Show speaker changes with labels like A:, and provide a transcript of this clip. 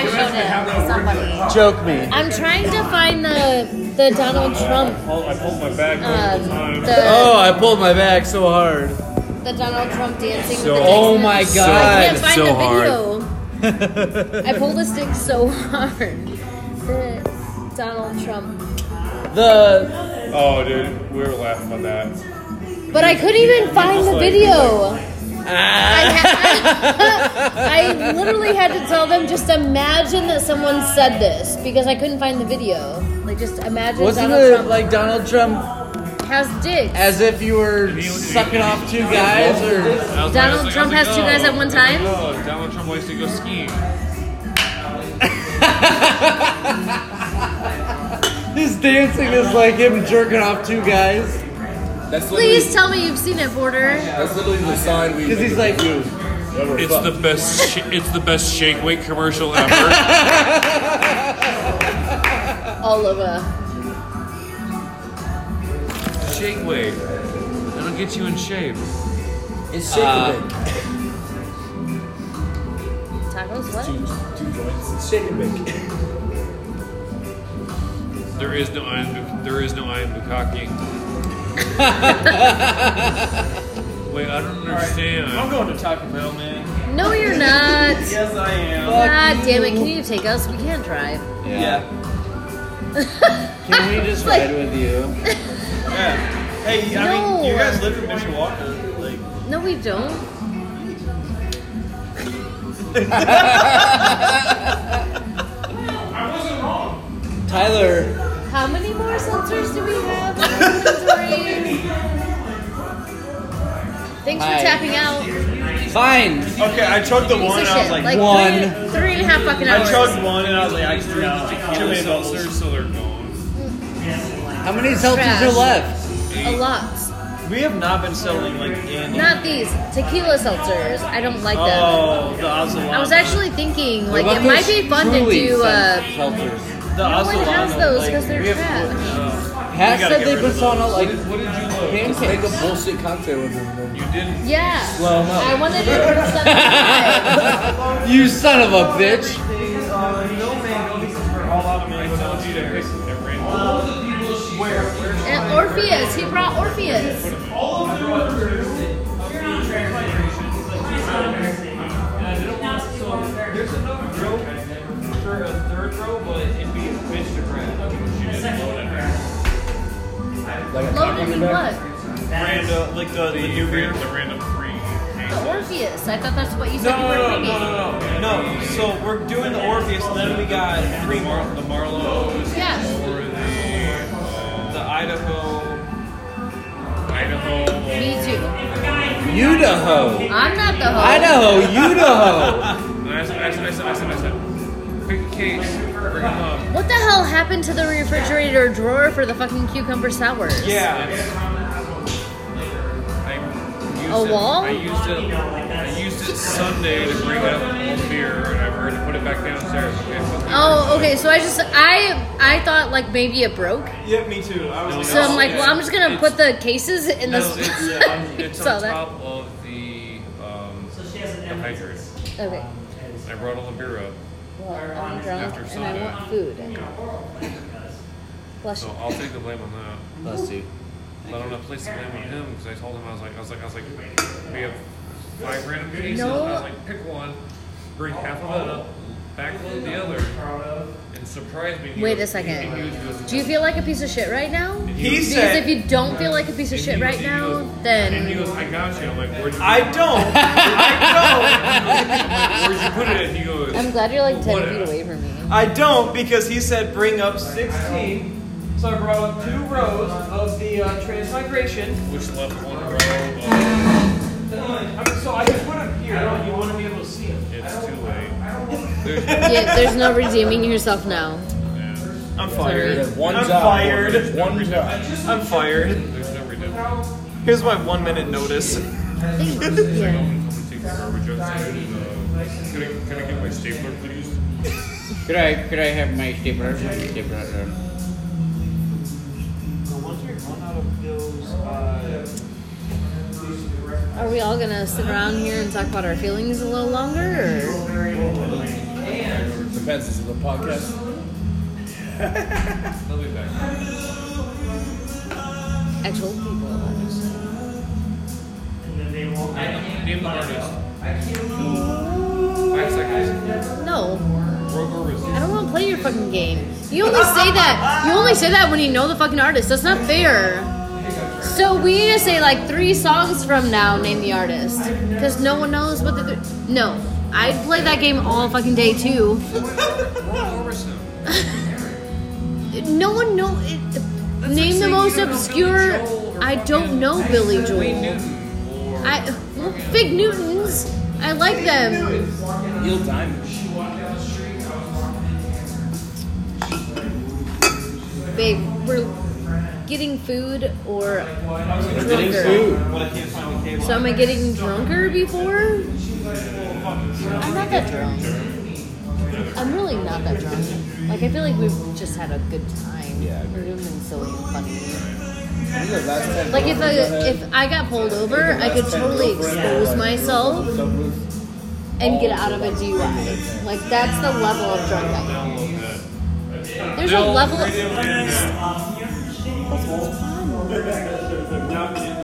A: showed it somebody.
B: Joke me.
A: I'm trying to find the the Donald Trump
C: Oh, I pulled my bag multiple
A: um,
C: times.
B: Oh,
A: the
B: I pulled my back so hard.
A: the Donald Trump dancing.
C: So-
A: with the
B: Oh
A: Texans.
B: my
A: I
B: God,
A: can't find
D: so
A: the
D: hard.
A: video. I pulled the stick so hard. The Donald Trump.
B: The
C: Oh, dude, we were laughing about that.
A: But I couldn't even find the video. I,
B: ah,
A: ha- I literally had to tell them just imagine that someone said this because I couldn't find the video. Like just imagine
B: wasn't
A: Donald
B: it
A: Trump
B: like Donald Trump
A: has dicks.
B: as if you were sucking off two guys or
C: I was
A: Donald
C: like- I was
A: Trump
C: like,
A: has two
C: oh,
A: guys at one time?
C: Oh, Donald Trump likes to go skiing.
B: his dancing is like him jerking off two guys
E: That's
A: Please tell me you've seen it, Border.
E: That's literally the sign we.
B: because he's like
C: It's the best. Sh- it's the best shake weight commercial ever.
A: Oliva.
C: shake weight. That'll get you in shape.
E: It's shaking
B: Uh,
E: big.
A: Tacos? What?
E: Two, two joints. It's shaking big.
C: There is no I am. Duk- There is no I am Dukakis. Wait, I don't understand.
F: I'm going to Taco Bell, man.
A: No, you're not.
F: Yes, I am.
A: God damn it! Can you take us? We can't drive.
F: Yeah.
B: can we just
A: Like-
B: ride with you
F: Yeah. Hey, I mean, you
A: No.
F: guys live in Mishawaka. Like,
A: No, we don't.
B: Tyler
A: How many more seltzers do we have? in our inventory? Thanks
B: Hi.
A: for tapping out.
B: fine
F: okay, I chugged the
A: Piece
F: one
A: of
F: and I
A: shit.
F: was like,
A: Like,
B: one.
A: Three, three and a half fucking
F: I
A: hours.
F: chugged one and I was like, I no, I too
C: Two
F: many
C: seltzers,
F: bubbles.
C: so they're gone.
B: how many seltzers
A: Trash.
B: are left
A: a lot.
F: We have not been selling like in.
A: Not these tequila seltzers. I don't like them.
F: Oh, the Azulana.
A: I was actually thinking like
B: What
A: it
B: about
A: might
B: those
A: be fun to
B: truly
A: do. Uh,
B: sel- seltzers
F: the
A: no one
F: Azulana,
A: has those because
F: like,
A: they're
F: we have-
A: trash.
B: Pat
F: gotta
B: said
F: get
B: they
F: rid of
B: put on a like
C: What did you look?
E: Make a
B: pancakes
E: bullshit cocktail with him.
C: You didn't.
A: Yeah.
B: Well, no.
A: I wanted to order something.
B: you son of a bitch
C: I told you to pick that random.
A: and Orpheus. He brought Orpheus.
F: for a third row, but it'd be a fish to
A: Loaded with what?
F: Rando, like the, the new beer.
C: The random three.
A: The Orpheus. I thought that's what you
F: No,
A: said you were
F: no, no, no,
A: bringing.
F: no, no, no. So we're doing the Orpheus, and then we got three Mar- the Marlowe's,
A: Yes.
F: the Idaho.
C: Idaho.
A: Me too.
B: Idaho
A: I'm not the host.
B: Idaho Idaho
C: I said, I said, I said, I said, I said, pick a case, bring them up.
A: What the hell happened to the refrigerator drawer for the fucking cucumber sours?
F: Yeah.
C: I used
A: A
C: it,
A: wall?
C: I used it. I used it Sunday to bring up a beer or whatever, and put it back downstairs. Okay, fuck it.
A: Oh, okay. So I just I I thought like maybe it broke.
F: Yeah, me too. I was.
A: So I'm like, well, I'm just gonna
C: It's-
A: put the cases in
C: no,
A: this.
C: it's, on, it's
A: Saw
C: on
A: that.
C: top of the um, the hydrant.
A: Okay.
C: I brought all the beer up,
A: Well, I'm drunk
C: After
A: and I
C: soda.
A: want food. Bless
C: so
A: you.
C: I'll take the blame on that. But I don't know, place the blame on him because I told him I was like, I was like, I was like, we have five random cases.
A: No.
C: I was like, pick one, bring half of it up, backload the other, and surprise me.
A: Wait a
C: And you do
A: second.
C: it-
A: Do you feel like a piece of shit right now?
F: He
A: Because if
F: said,
A: you don't feel like a piece of
C: and
A: shit
C: you-
A: right
C: and you
A: now,
C: go- And he
A: then
C: goes, I got you. I'm like, where'd you,
F: I don't. I
C: where'd you put it? And he goes,
A: I'm glad you're like ten
C: What
A: feet
C: else?
A: away from me.
F: don't. I don't because he said bring up 16. So I brought up two rows of the uh, transmigration.
C: which left one row of
F: I mean, so I can put them here. You want to be able to see them.
C: it's too late. There's
A: Yeah, there's no redeeming yourself now. Sorry.
F: I'm fired.
E: One
F: I'm
E: job.
F: fired.
E: One job.
F: I'm fired.
C: there's no redemption.
F: Here's my one minute notice.
A: Yeah.
C: Someone take the garbage outside. and, uh, Can I, can I get my stapler, please?
B: could I could I have my stapler stapler
A: Are we all gonna sit around here and talk about our feelings a little longer? Or?
E: depends. Is it a podcast?
C: They'll be back.
A: Actual people.
C: Name, name the artist. Five seconds.
A: No,
C: Rover
A: I
C: Resist.
A: don't want to play your fucking game. You only say that. You only say that when you know the fucking artist. That's not fair. So we need to say like three songs from now. Name the artist, because no one knows what the. Th- no, I'd play that game all fucking day too.
C: Rover Resist.
A: No one know. It, name the
C: saying
A: most
C: you don't know
A: obscure.
C: Billy Joel or
A: I don't
C: fucking
A: know Billy Joel.
C: Wayne Newton. Or
A: I well, Fig Newtons. I like them.
E: Neil Diamond.
A: Babe, we're getting food or
E: Getting
A: drunker.
E: food.
F: What I can't find on cable.
A: So am I getting drunker before? I'm not that drunk. I'm really not that drunk. Like I feel like we've just had a good time.
E: Yeah, I agree.
A: We're doing silly and funny.
E: These are the last ten
A: Like if I
E: girls I had.
A: if I got pulled over, I could
E: Last ten
A: totally
E: girlfriends I
A: expose
E: had.
A: myself.
E: So Ruth,
A: and get out of a DUI. Like that's the level of drunk I am. There's a level of